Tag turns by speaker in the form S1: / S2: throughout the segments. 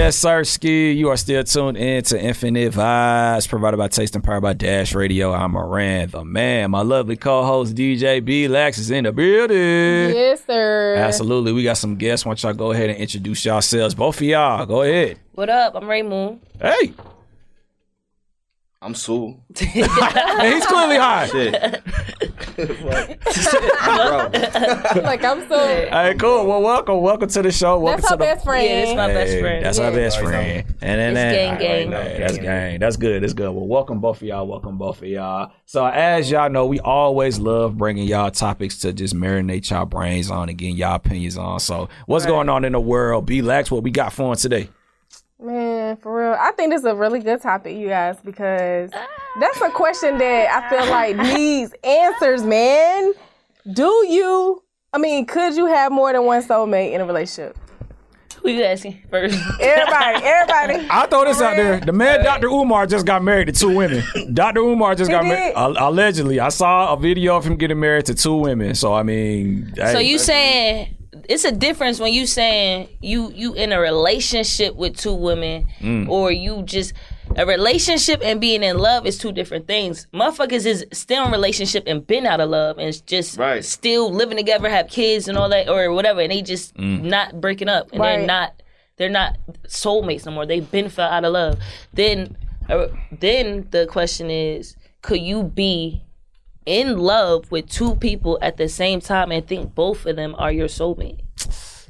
S1: Sersky. You are still tuned in to Infinite Vibes, provided by Taste and Power by Dash Radio. I'm Moran, the man. My lovely co-host DJ B Lax is in the building.
S2: Yes, sir.
S1: Absolutely. We got some guests. Why don't y'all go ahead and introduce yourselves? Both of y'all. Go ahead.
S3: What up? I'm Raymond.
S1: Hey.
S4: I'm Sue.
S1: Hey, he's clearly high.
S4: Shit.
S2: Like I'm so.
S1: Hey, cool. Well, welcome. Welcome to the show. Welcome
S2: That's
S1: to
S2: her
S1: the
S2: best friend.
S3: Yeah, that's my best
S1: Hey,
S3: friend.
S1: That's our best friend. And then
S3: It's gang,
S1: Alright,
S3: gang.
S1: alright, that's um, gang. That's good. That's good. Well, welcome both of y'all. Welcome both of y'all. So as y'all know, we always love bringing y'all topics to just marinate y'all brains on and getting y'all opinions on. So what's going on in the world? Be lax. What we got for 'em today?
S2: Man, for real. I think this is a really good topic, you guys, because that's a question that I feel like needs answers, man. Do you, I mean, could you have more than one soulmate in a relationship?
S3: Who you asking first?
S2: Everybody, everybody.
S1: I throw this out there. The man, Dr. Umar, just got married to two women. Dr. Umar just
S2: He
S1: got married.
S2: did?
S1: Allegedly, I saw a video of him getting married to two women. So I mean,
S3: so you saying it's a difference when you saying you you in a relationship with two women
S1: Mm.
S3: or you just a relationship and being in love is two different things. Motherfuckers is still in relationship and been out of love and it's just
S4: Right.
S3: still living together, have kids and all that or whatever, and they just
S1: Mm.
S3: not breaking up and
S2: Right.
S3: they're not they're not soulmates no more. They've been fell out of love. Then, uh, then the question is, could you be in love with two people at the same time and think both of them are your soulmate?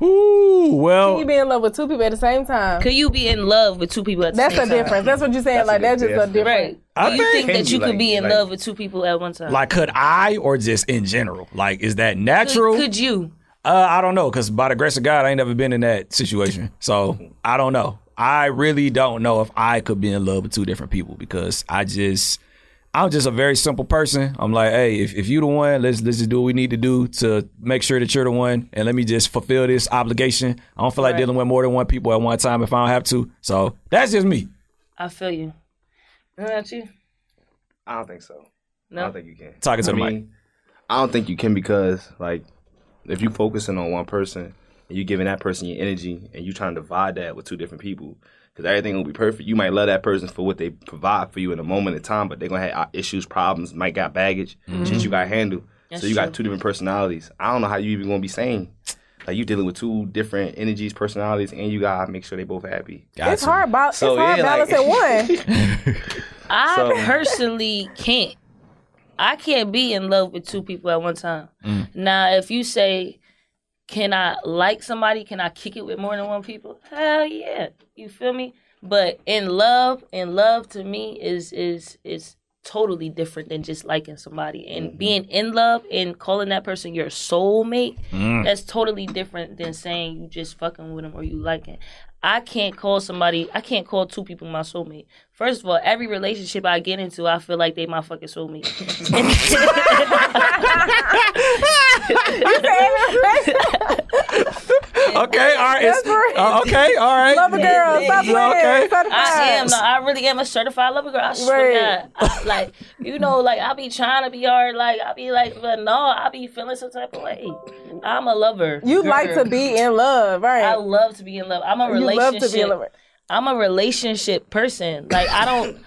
S1: Ooh, well,
S2: You be in love with two people at the same time.
S3: Could you be in love with two people at the
S2: That's a
S3: same time?
S2: difference. That's what you're saying. like, that's just a
S4: difference.
S2: difference.
S3: Right.
S1: I
S3: Do you
S1: think-
S3: think
S4: Can
S3: that
S4: you,
S3: you could
S4: like-
S3: be in
S4: like-
S3: love with two people at one time?
S1: like could I or just in general? Like, is that natural?
S3: could, could you?
S1: Uh, I don't know, because by the grace of God, I ain't never been in that situation. So I don't know. I really don't know if I could be in love with two different people because I just, I'm just a very simple person. I'm like, hey, if, if you the one, let's let's just do what we need to do to make sure that you're the one, and let me just fulfill this obligation. I don't feel like dealing with more than one people at one time if I don't have to. So that's just me.
S3: I feel you. What about you?
S4: I don't think so. I
S3: No.
S4: don't think you can.
S1: Talking to
S4: I
S1: the mic.
S4: mean, I don't think you can because like if you focusing on one person and you giving that person your energy and you trying to divide that with two different people because everything will be perfect. You might love that person for what they provide for you in a moment in time, but they're gonna have uh, issues, problems, might got baggage,
S1: Mm-hmm.
S4: shit you got handle. so you got two different personalities. I don't know how you even gonna be sane. Like you dealing with two different energies, personalities, and you gotta make sure they both happy.
S2: It's hard, ba-
S4: So,
S2: it's hard
S4: yeah, like-
S2: balancing one.
S3: I
S4: So-
S3: personally can't. I can't be in love with two people at one time. Now, if you say, can I like somebody? Can I kick it with more than one people? Hell yeah. You feel me? But in love, in love to me is is is totally different than just liking somebody and being in love and calling that person your soulmate. That's totally different than saying you just fucking with them or you liking. I can't call somebody. I can't call two people my soulmate. First of all, every relationship I get into, I feel like they my fucking soulmate.
S1: Okay, all right. It's,
S2: That's right.
S1: uh, okay, all right.
S2: Love a girl. Stop playing.
S1: Okay.
S2: Stop
S3: I
S2: playing.
S3: am. No, I really am a certified lover girl. I swear
S2: Right.
S3: to God. I, like, you know, like, I be trying to be hard. Like, I be like, but no, I be feeling some type of way. I'm a lover.
S2: You like to be in love, right?
S3: I love to be in love. I'm a
S2: you
S3: relationship.
S2: love to be in love.
S3: I'm a relationship person. Like, I don't,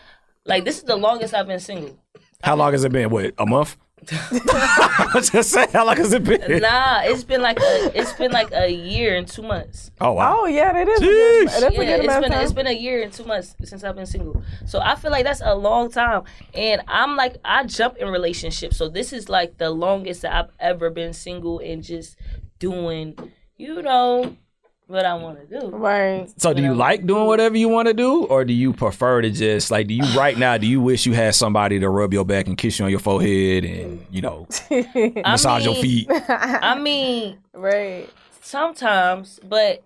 S3: like, this is the longest I've been single.
S1: How long has it been? What, a month? I just saying, how long has it been?
S3: Nah, it's been like a, it's been like a year and two months.
S1: Oh, wow.
S2: Oh yeah, that is. a
S1: Jeez.
S2: good- That's a
S3: Yeah,
S2: good
S3: it's
S2: amount
S3: been
S2: of time.
S3: it's been a year and two months since I've been single, so I feel like that's a long time. And I'm like, I jump in relationships, so this is like the longest that I've ever been single and just doing, you know, what I want to do.
S2: Right.
S1: So do you like doing whatever you want to do, or do you prefer to just like? Do you right now? Do you wish you had somebody to rub your back and kiss you on your forehead and you know
S3: Uh,
S1: massage your
S3: mean-
S1: feet?
S3: I mean,
S2: Right.
S3: sometimes, but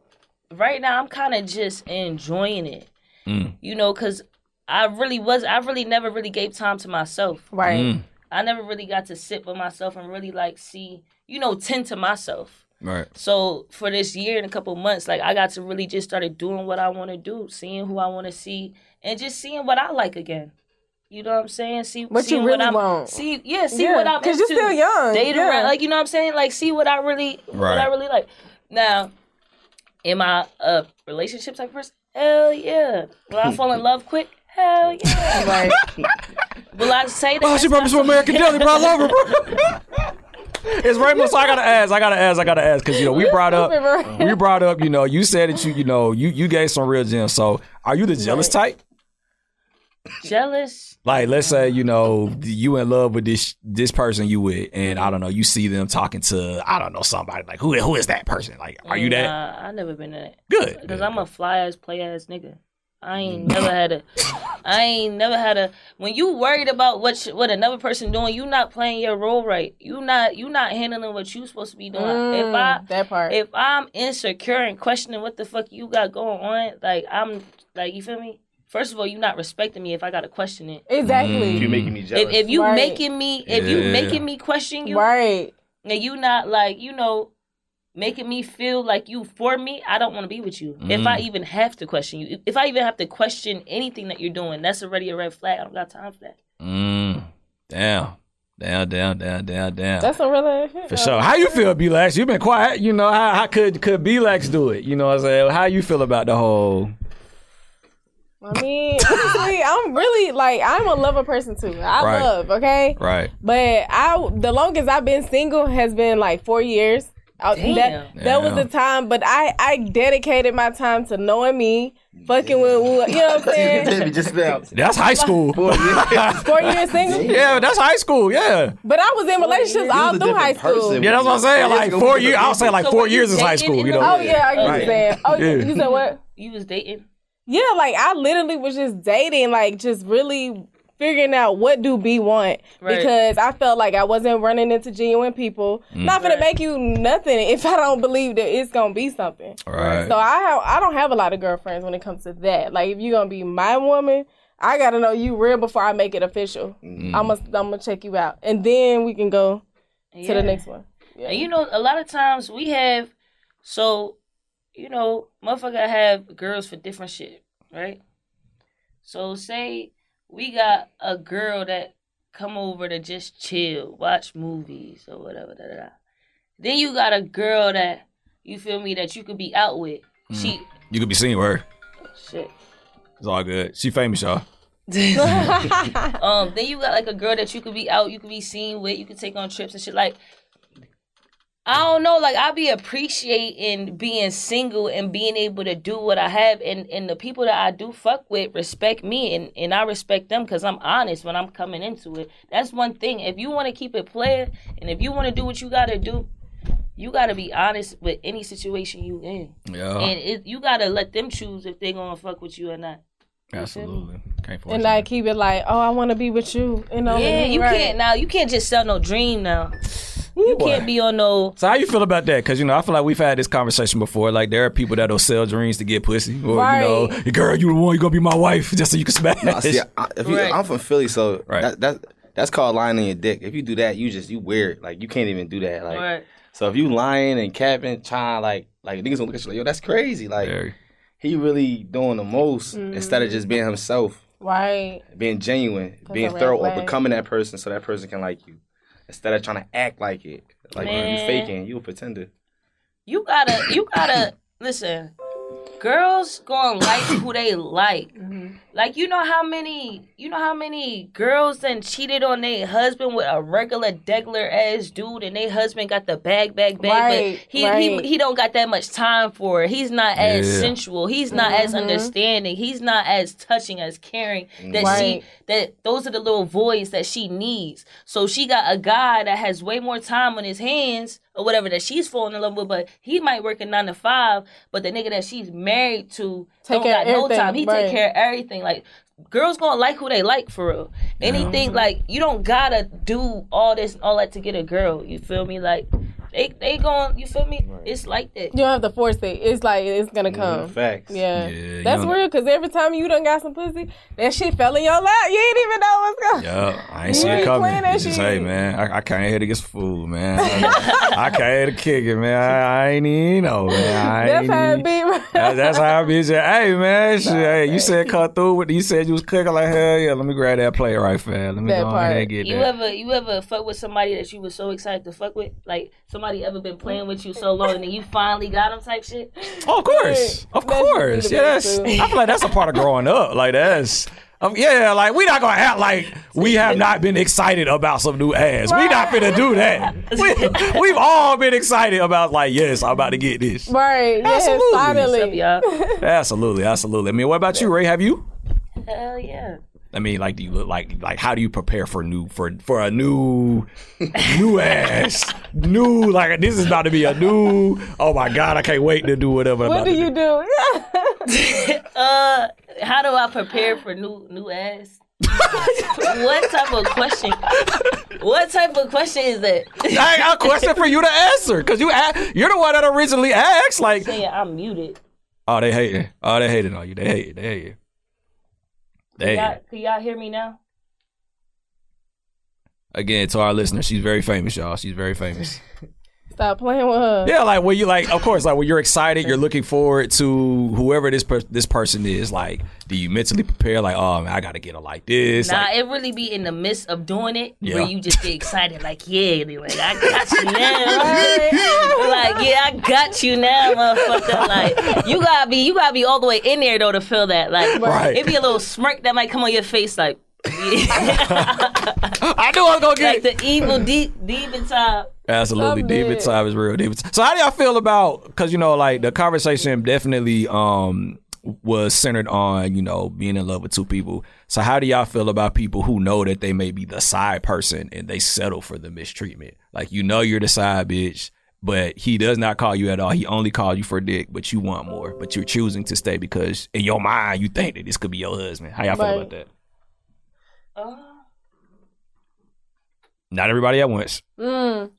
S3: right now I'm kind of just enjoying it,
S1: Mm.
S3: you know, because I really was, I really never really gave time to myself.
S2: Right.
S1: Mm.
S3: I never really got to sit with myself and really like see, you know, tend to myself.
S1: Right.
S3: So for this year and a couple months, like I got to really just started doing what I want to do, seeing who I want to see, and just seeing what I like again. You know what I'm saying? See
S2: What you
S3: seeing
S2: really
S3: I'm,
S2: want.
S3: See, yeah, see
S2: Yeah,
S3: what I'm
S2: 'cause you
S3: into.
S2: still young,
S3: Date
S2: yeah.
S3: around, like you know what I'm saying? Like see what I really, what
S1: Right.
S3: I really like. Now, am I a relationship type person? Hell yeah. Will I fall in love quick? Hell yeah. Like, will I say that?
S1: Oh, she
S3: That's
S1: brought
S3: not
S1: me some American Deli, bro. I love her, bro. It's Raymond, so I gotta ask. I gotta ask. I gotta ask because you know we brought up.
S2: Remember?
S1: We brought up. You know, you said that you you know you you gave some real gems. So are you the jealous type?
S3: jealous.
S1: Like, let's say you know you in love with this this person you with, and I don't know, you see them talking to I don't know somebody like who who is that person? Like, are you that
S3: Nah, uh, I never been that.
S1: good?
S3: Because I'm a fly ass, play ass nigga. I
S1: Mm.
S3: ain't never had a. I ain't never had a. When you worried about what you, what another person doing, you not playing your role right. You not you not handling what you supposed to be doing. if I
S2: Mm, that part.
S3: if I'm insecure and questioning what the fuck you got going on, like I'm like you feel me. First of all, you not respecting me if I gotta question it.
S2: exactly.
S4: If
S1: Mm.
S4: you making me jealous.
S3: If, if you
S2: Right.
S3: making me if
S1: Yeah.
S3: you making me question you
S2: right.
S3: and you not like you know making me feel like you for me, I don't want to be with you. If I even have to question you, if I even have to question anything that you're doing, that's already a red flag. I don't got time for that.
S1: Mm, damn, damn, damn, damn, damn, damn.
S2: That's a really
S1: For sure. How you feel, B-Lax? You've been quiet. You know, how, how could could B-Lax do it? You know what I'm saying? How you feel about the whole...
S2: I mean, honestly, I'm really like I'm a lover person too. I
S1: Right.
S2: love, okay?
S1: Right.
S2: But I the longest I've been single has been like four years. I-
S3: Damn.
S2: That, that was the
S1: Damn.
S2: time, but I I dedicated my time to knowing me, fucking with with, you know what I'm saying.
S4: Debbie just now.
S1: That's high school.
S2: Four years single,
S1: yeah, that's high school. Yeah.
S2: but I was in relationships
S4: He
S2: all
S4: was a
S2: through high
S4: different
S2: school.
S4: person.
S1: Yeah, that's what I'm saying. Like, four years... I'll say like
S3: So
S1: four
S3: when you
S1: years is high
S3: dating
S1: school,
S3: in
S1: you
S3: the-
S1: know?
S2: Oh yeah, I get what
S4: Right.
S2: you saying. Oh, you-
S1: Yeah.
S2: you said what?
S3: You was dating.
S2: Yeah, like I literally was just dating, like just really figuring out what do B want
S3: Right.
S2: because I felt like I wasn't running into genuine people.
S4: Mm.
S2: Not gonna
S3: Right.
S2: make you nothing if I don't believe that it's gonna be something.
S1: Right.
S2: So I have I don't have a lot of girlfriends when it comes to that. Like if you're gonna be my woman, I gotta know you real before I make it official.
S4: Mm.
S1: Mm.
S2: I'm gonna I'm gonna check you out and then we can go to
S3: Yeah.
S2: the next one. Yeah.
S3: And you know, a lot of times we have, so, you know, motherfucker have girls for different shit, right? So say we got a girl that come over to just chill, watch movies or whatever. Da, da, da. Then you got a girl that you feel me that you could be out with. She
S1: You could be seen with her.
S3: shit.
S1: It's all good. She famous, y'all.
S3: Um, then you got like a girl that you could be out, you could be seen with, you could take on trips and shit. Like, I don't know, like I be appreciating being single and being able to do what I have, and and the people that I do fuck with respect me, and and I respect them because I'm honest when I'm coming into it. That's one thing. If you want to keep it player, and if you want to do what you gotta do. You gotta be honest with any situation you in,
S1: Yeah.
S3: and it, you gotta let them choose if they gonna fuck with you or not.
S1: Absolutely. Can't force
S2: and
S1: it.
S2: like keep it like, oh, I want to be with you, and only
S3: Yeah, you
S2: right.
S3: can't now. You can't just sell no dream now. You
S1: boy.
S3: can't be on no.
S1: So how you feel about that? Because you know, I feel like we've had this conversation before. Like there are people that'll sell dreams to get pussy, or
S2: Right.
S1: you know, girl, you the one, you gonna be my wife just so you can smash.
S4: I see, I, if you,
S3: Right.
S4: I'm from Philly, so
S1: Right.
S4: that, that that's called lying on your dick. If you do that, you just you weird. Like you can't even do that. Like
S3: Right.
S4: so, if you lying and capping, trying like like niggas gonna look at you like yo, that's crazy. Like
S1: Very.
S4: he really doing the most
S2: Mm.
S4: instead of just being himself,
S2: Right.
S4: being genuine,
S2: a
S4: being
S2: red
S4: thorough, or
S2: flag.
S4: becoming that person so that person can like you instead of trying to act like it. Like you
S3: Man.
S4: faking, you a pretender.
S3: You gotta. You gotta listen. Girls gonna like who they like. Like you know how many. You know how many girls then cheated on their husband with a regular degular ass dude, and their husband got the bag, bag, bag.
S2: Right,
S3: but he,
S2: right.
S3: he he don't got that much time for it. He's not as
S1: Yeah.
S3: sensual. He's not as
S2: Mm-hmm.
S3: understanding. He's not as touching as caring. That
S2: Right.
S3: she that those are the little voids that she needs. So she got a guy that has way more time on his hands or whatever that she's falling in love with, but he might work a nine to five, but the nigga that she's married to
S2: Take
S3: don't
S2: care
S3: got
S2: of
S3: no
S2: everything,
S3: time. He
S2: right.
S3: take care of everything. Like girls gonna like who they like for real. Anything
S2: Mm-hmm.
S3: like you don't gotta do all this and all that to get a girl. You feel me? Like they they going you feel me? It's like that.
S2: You don't have to force it. It's like it's gonna come.
S4: Facts.
S2: Oh. Yeah.
S1: Mm, Yeah,
S2: That's
S1: you don't-
S2: real because every time you done got some pussy, that shit fell in your lap. You ain't even know what's going.
S1: Yeah, I ain't
S2: You
S1: see it
S2: ain't
S1: coming.
S2: playing that
S1: It's just,
S2: shit.
S1: hey man, I, I came here to get some food, man. I came here to kick it, man. I, I ain't even know, man. I
S2: That's
S1: ain't
S2: how it
S1: even-
S2: be.
S1: That- That's how I be. Just, hey man, shit, hey, you said cut through with you said you was cooking like hell yeah. Let me grab that plate right fast. Let me
S2: That
S1: go on ahead
S2: part.
S1: and get
S3: You
S1: that.
S3: ever you ever fuck with somebody that you was so excited to fuck with? Like somebody ever been playing with you so long and then you finally got them type shit?
S1: Oh, of course, of
S2: That's
S1: course.
S2: really
S1: Yeah, that's.
S2: true.
S1: I feel like that's a part of growing up. Like that's. Um, yeah, like we not gonna act like we have not been excited about some new ass. We not finna do that. We, we've all been excited about like, yes, I'm about to get this.
S2: Right. Yes,
S1: Absolutely.
S3: What's up,
S2: finally.
S3: y'all?
S1: Absolutely, absolutely. I mean, what about you, Ray? Have you?
S3: Hell yeah.
S1: I mean, like, do you look like like how do you prepare for new for for a new new ass new like this is about to be a new oh my god I can't wait to do whatever. I'm
S2: What
S1: about
S2: do
S1: to
S2: you do?
S3: Uh, how do I prepare for new new ass? what type of question? What type of question is that?
S1: I got a question for you to answer because you a- you're the one that originally asked. Like,
S3: Saying I'm muted.
S1: oh, they hating. Oh, they hating on you. They hating. They hating. They
S3: Y'all,
S1: hating.
S3: can y'all hear me now?
S1: Again, to our listeners, she's very famous, y'all. She's very famous.
S2: Stop playing with her.
S1: Yeah, like when you like, of course, like when you're excited, you're looking forward to whoever this per- this person is. Like, do you mentally prepare? Like, oh man, I gotta get her like this.
S3: Nah,
S1: Like,
S3: it really be in the midst of doing it
S1: Yeah.
S3: where you just get excited, like, yeah, they like, I got you now. like, yeah, I got you now, motherfucker. Like, you gotta be, you gotta be all the way in there though to feel that. Like,
S1: Right.
S3: it be a little smirk that might come on your face, like,
S1: I knew I was gonna
S3: like
S1: get. it.
S3: the evil deep, deep inside.
S1: Absolutely,
S2: Stop it.
S1: David time is real. David. So, how do y'all feel about? Because you know, like the conversation definitely um was centered on you know being in love with two people. So, how do y'all feel about people who know that they may be the side person and they settle for the mistreatment? Like you know, you're the side bitch, but he does not call you at all. He only calls you for dick, but you want more. But you're choosing to stay because in your mind you think that this could be your husband. How y'all feel
S2: Right.
S1: about that?
S3: Oh,
S1: Not everybody at once.
S2: Mm.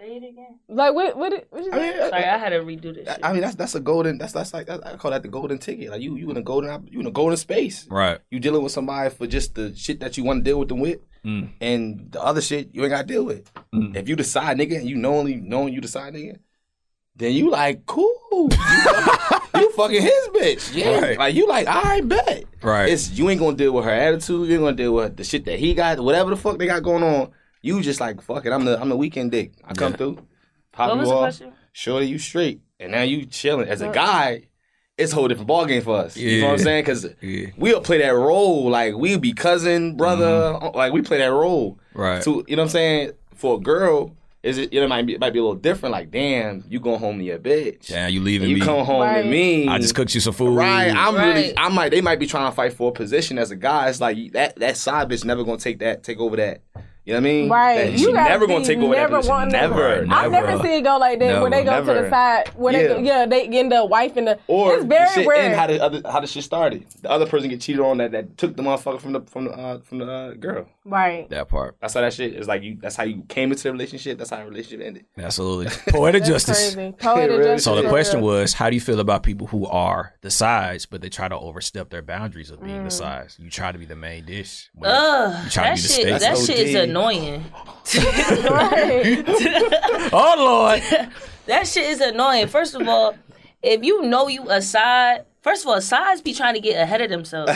S3: say it again.
S2: Like what? What? did- what you
S4: I mean,
S3: Sorry, I had to redo this. Shit.
S4: I mean that's that's a golden that's that's like I call that the golden ticket. Like you you in a golden op- you in a golden space.
S1: Right.
S4: You dealing with somebody for just the shit that you want to deal with them with,
S1: Mm.
S4: and the other shit you ain't got to deal with.
S1: Mm.
S4: If you decide nigga, and you knowingly knowing you decide nigga, then you like cool. You, you fucking his bitch, yeah.
S1: Right.
S4: Like you like I bet.
S1: Right.
S4: It's you ain't gonna deal with her attitude. You ain't gonna deal with the shit that he got, whatever the fuck they got going on. You just like fuck it. I'm the I'm the weekend dick. I come through. Pop
S3: What
S4: you
S3: was the
S4: off.
S3: question?
S4: Shorty, you straight, and now you chilling. As a guy, it's a whole different ballgame for us. You know what I'm
S1: Yeah.
S4: saying? Because
S1: Yeah.
S4: we'll play that role. Like we'll be cousin, brother. Like we play that role.
S1: Mm-hmm. Right.
S4: So you know what I'm saying? For a girl, is it? You know, it might be, it might be a little different. Like damn, you going home to your bitch.
S1: Yeah, you leaving
S4: And you
S1: me.
S4: come home
S2: Right.
S4: to me.
S1: I just cooked you some food.
S4: Right, I'm
S3: Right.
S4: really. I might. They might be trying to fight for a position as a guy. It's like that. That side bitch never gonna take that. Take over that. You know what I mean?
S2: Right.
S4: That,
S2: You
S4: she
S2: gotta
S4: never gonna
S2: be
S4: take over that
S2: never
S4: position.
S2: wanting to-
S4: Never.
S1: Right.
S2: I've never
S1: Never.
S2: seen it go like that where they go to
S4: Never.
S2: the side where they go,
S4: Yeah.
S2: yeah they end up wifing the
S4: Or
S2: it's
S4: the
S2: very
S4: shit
S2: rare
S4: end how the other how the shit started. The other person get cheated on that that took the motherfucker from the from the uh, from the uh, girl.
S2: right
S1: that part.
S4: That's how that shit is like. You that's how you came into the relationship. That's how the relationship ended.
S1: Absolutely. Poetic
S2: That's
S1: justice.
S2: crazy. Poetic
S4: really
S2: justice
S1: So the
S2: is
S1: question
S2: real.
S1: was, how do you feel about people who are the size, but they try to overstep their boundaries of being the size? You try to be the main dish. when
S3: Ugh,
S1: you try
S3: that
S1: to be the
S3: shit,
S1: steak.
S3: that
S4: That's
S3: shit is
S4: OD.
S3: annoying.
S2: right.
S1: oh Lord.
S3: That shit is annoying. First of all, if you know you a side, first of all, sides be trying to get ahead of themselves.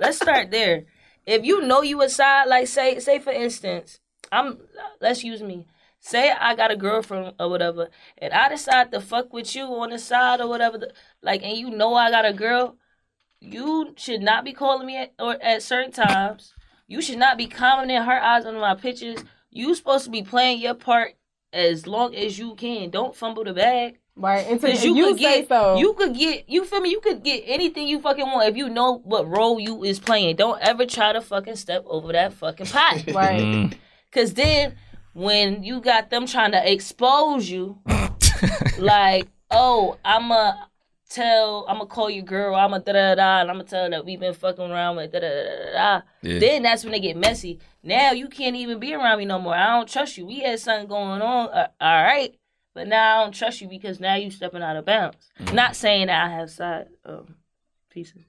S3: let's start there. If you know you a side, like say say for instance, I'm let's use me. Say I got a girlfriend or whatever, and I decide to fuck with you on the side or whatever, the, like, and you know I got a girl, you should not be calling me at, or at certain times. You should not be commenting her eyes on my pictures. You supposed to be playing your part as long as you can. Don't fumble the bag.
S2: right until
S3: Cause you,
S2: you,
S3: could
S2: say
S3: get,
S2: so
S3: you could get, you feel me? You could get anything you fucking want if you know what role you is playing. Don't ever try to fucking step over that fucking pot.
S2: right
S1: Mm-hmm.
S3: Cause then when you got them trying to expose you, like, oh, I'ma tell, I'ma call your girl, I'ma da da da, and I'ma tell her that we've been fucking around with da da da da.
S1: Yeah.
S3: Then that's when they get messy. Now you can't even be around me no more. I don't trust you. We had something going on, uh, all right, but now I don't trust you because now you stepping out of bounds. Not saying that I have side um, pieces.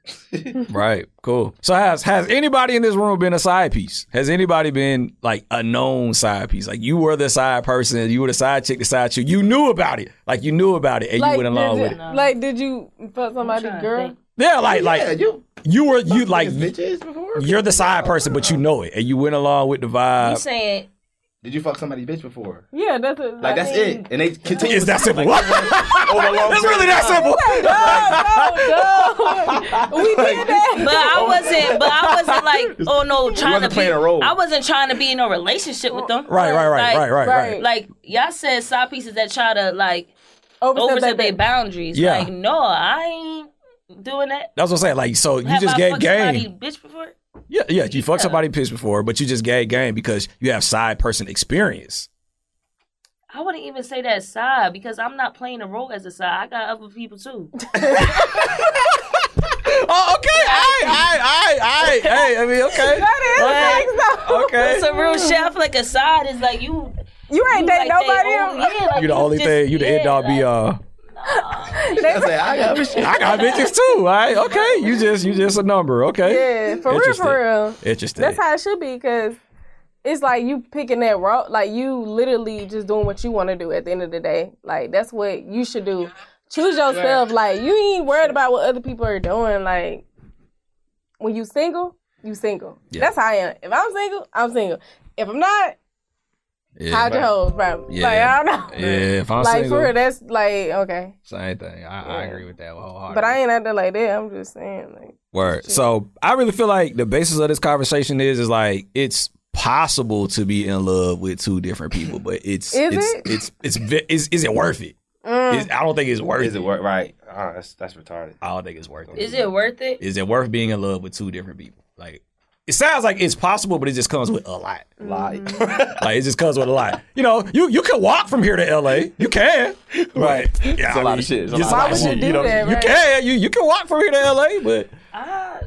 S1: Right. Cool. So has has anybody in this room been a side piece? Has anybody been like a known side piece? Like you were the side person, you were the side chick, the side chick. You knew about it. Like you knew about it and you
S2: like
S1: went
S2: did,
S1: along with
S2: you,
S1: it.
S2: like did you fuck somebody
S3: Mm-hmm. trying to
S2: girl
S3: think.
S1: Yeah, like
S4: yeah,
S1: like
S4: you
S1: you were you like
S4: bitches before.
S1: you're the side person, but you know it and you went along with the
S3: You
S1: vibe.
S3: saying
S4: Did you fuck somebody's bitch before?
S2: Yeah, that's it.
S4: Like that's it, and they continue.
S1: It's that simple.
S4: over a long
S1: it's
S4: period
S1: really
S4: of
S1: that
S4: time.
S1: simple.
S2: No, no, no. We did that.
S3: But
S1: Oh.
S3: I wasn't. But I wasn't like, oh no, trying
S4: wasn't
S3: to
S4: playing
S3: be,
S4: a role.
S3: I wasn't trying to be in a relationship with them.
S1: Right, right, right,
S3: Like-
S1: right, right, right.
S2: right.
S3: Like y'all said, side pieces that try to like overstep
S2: Overstep
S3: their
S2: that.
S3: boundaries.
S1: Yeah.
S3: Like no, I ain't doing that.
S1: That's what I'm saying. Like, so you
S3: Have
S1: just
S3: I
S1: gave
S3: fucked
S1: game.
S3: somebody bitch before?
S1: Yeah, yeah. You fucked somebody pissed before, but you just gave game because you have side person experience.
S3: I wouldn't even say that side because I'm not playing a role as a side. I got other people too.
S1: Oh, okay. I, I, I, I. Hey, I mean, okay.
S2: That is facts, though.
S1: Okay.
S3: It's a real shit. I feel like a side is like you.
S2: You ain't
S3: you
S2: dating
S3: like they
S2: nobody.
S3: own- yeah, like
S1: You the only
S3: just-
S1: thing. You the end
S3: yeah,
S1: dog. Be
S3: like,
S1: uh.
S4: I say I got shit.
S1: I got bitches too. All right. Okay. You just you just a number. Okay.
S2: Yeah, for real,
S1: Interesting.
S2: for real.
S1: Interesting.
S2: That's how it should be because it's like you picking that route. Like you literally just doing what you want to do at the end of the day. Like that's what you should do. Choose yourself. Like you ain't worried about what other people are doing. Like when you single, you single. That's how I am. If I'm single, I'm single. If I'm not,
S1: Yeah.
S2: hide your hoes, bro. Like
S1: Yeah.
S2: I don't know.
S1: Yeah. If I'm
S2: Like
S1: single,
S2: for real, that's like okay.
S1: same thing. I, I agree with that wholeheartedly.
S2: But I ain't out there like that. I'm just saying like
S1: Word. So I really feel like the basis of this conversation is is like it's possible to be in love with two different people, but it's
S2: Is
S1: it's,
S2: it? Mm.
S1: it's it's ve- is is it worth it? Is- I don't think it's worth
S4: Is it work? Right. Uh, that's, that's retarded.
S1: I don't think it's worth it.
S3: Is it worth it?
S1: Is it worth being in love with two different people? Like it sounds like it's possible, but it just comes with a lot.
S4: Lie.
S1: Like it just comes with a lot. You know, you you can walk from here to LA. You can. Right. Yeah,
S4: It's a lot of shit. It's a
S1: it's
S4: lot
S2: of
S1: of
S2: shit.
S1: shit,
S2: Why would you do
S1: know,
S2: that,
S1: you
S2: right?
S1: can. You you can walk from here to LA, but
S3: I,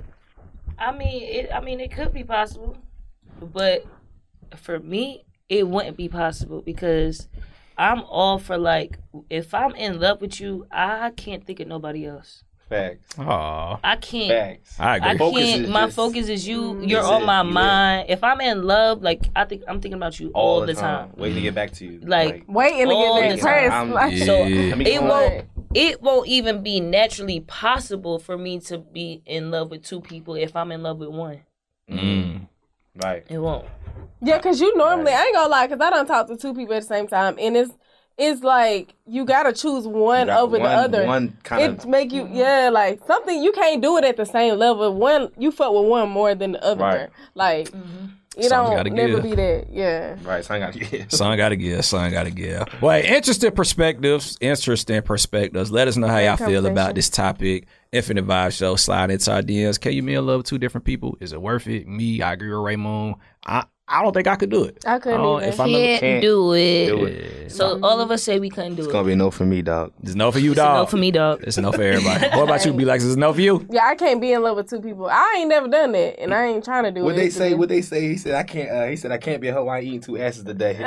S3: I mean, it, I mean, it could be possible, but for me, it wouldn't be possible because I'm all for like, if I'm in love with you, I can't think of nobody else.
S4: Facts.
S1: Aw.
S3: I can't.
S4: Facts.
S1: I
S3: I
S1: agree.
S4: Focus
S3: can't.
S4: is
S3: My
S4: just-
S3: focus is you. You're
S4: Is
S3: on
S4: it,
S3: my
S4: yeah.
S3: mind. If I'm in love, like I think I'm thinking about you all, the time.
S4: Waiting to get back to you.
S3: Like,
S2: waiting to
S1: Oh,
S3: All
S2: get
S3: the
S2: that
S4: time.
S2: press. Like,
S1: Yeah.
S3: So
S4: Let me
S3: it
S4: go
S3: won't
S4: on.
S3: it won't even be naturally possible for me to be in love with two people if I'm in love with one.
S1: Mm.
S4: Right.
S3: It won't.
S2: Yeah, because you normally, I ain't gonna lie, because I don't talk to two people at the same time, and it's it's like you gotta choose one
S4: Got
S2: over
S4: one-
S2: the other.
S4: One Mm-hmm. kind
S2: it
S4: of.
S2: make you yeah, like something you can't do it at the same level. One you fuck with one more than the other.
S4: Right.
S2: Like you
S1: Something
S2: don't
S1: gotta
S2: never
S1: give.
S2: be that. Yeah,
S4: Right. So I got to
S1: Son gotta give, son gotta give. Well, hey, interesting perspectives, interesting perspectives. Let us know how y'all feel about
S2: conversation.
S1: this topic. Infinite Vibe Show, slide into our DMs. Can you be in love with two different people? Is it worth it? Me, I agree with Raymond. I, I don't think I could do it.
S2: I couldn't
S1: don't-
S2: either.
S1: if I'm a,
S4: can't
S3: do it.
S4: do it.
S3: So all of us say we couldn't do
S4: It's
S3: it.
S4: gonna be no for me, dog.
S1: it's no for you,
S3: It's a no
S1: dog.
S3: for me, dog.
S1: It's no for everybody. what about you, B Lex? It's no for you.
S2: yeah, I can't be in love with two people. I ain't never done that, and I ain't trying to do
S4: What
S2: it.
S4: they say? What they say? He said I can't. Uh, he said I can't be a hoe. I ain't eating two asses today.
S2: no,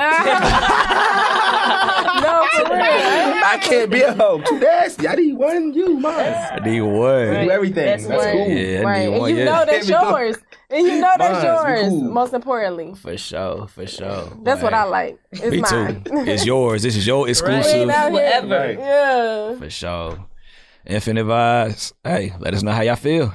S2: for real. I
S4: I can't be a hoe. Too nasty. I need one. You mine.
S1: D one.
S4: Do everything.
S3: That's
S4: That's,
S3: right.
S4: cool.
S1: Yeah,
S2: ain't- Right,
S1: D
S2: and
S1: one.
S2: you
S1: Yeah.
S2: know that's
S4: Here we go.
S2: yours, and you know that's
S4: Mine's be
S2: yours.
S4: cool.
S2: Most importantly,
S1: for sure, for sure.
S2: that's what I like. It's
S1: Me too.
S2: mine.
S1: it's yours. This is your exclusive.
S2: Right.
S3: Whatever.
S4: Right.
S2: Yeah.
S1: For sure. Infinite Vibes. Hey, let us know how y'all feel.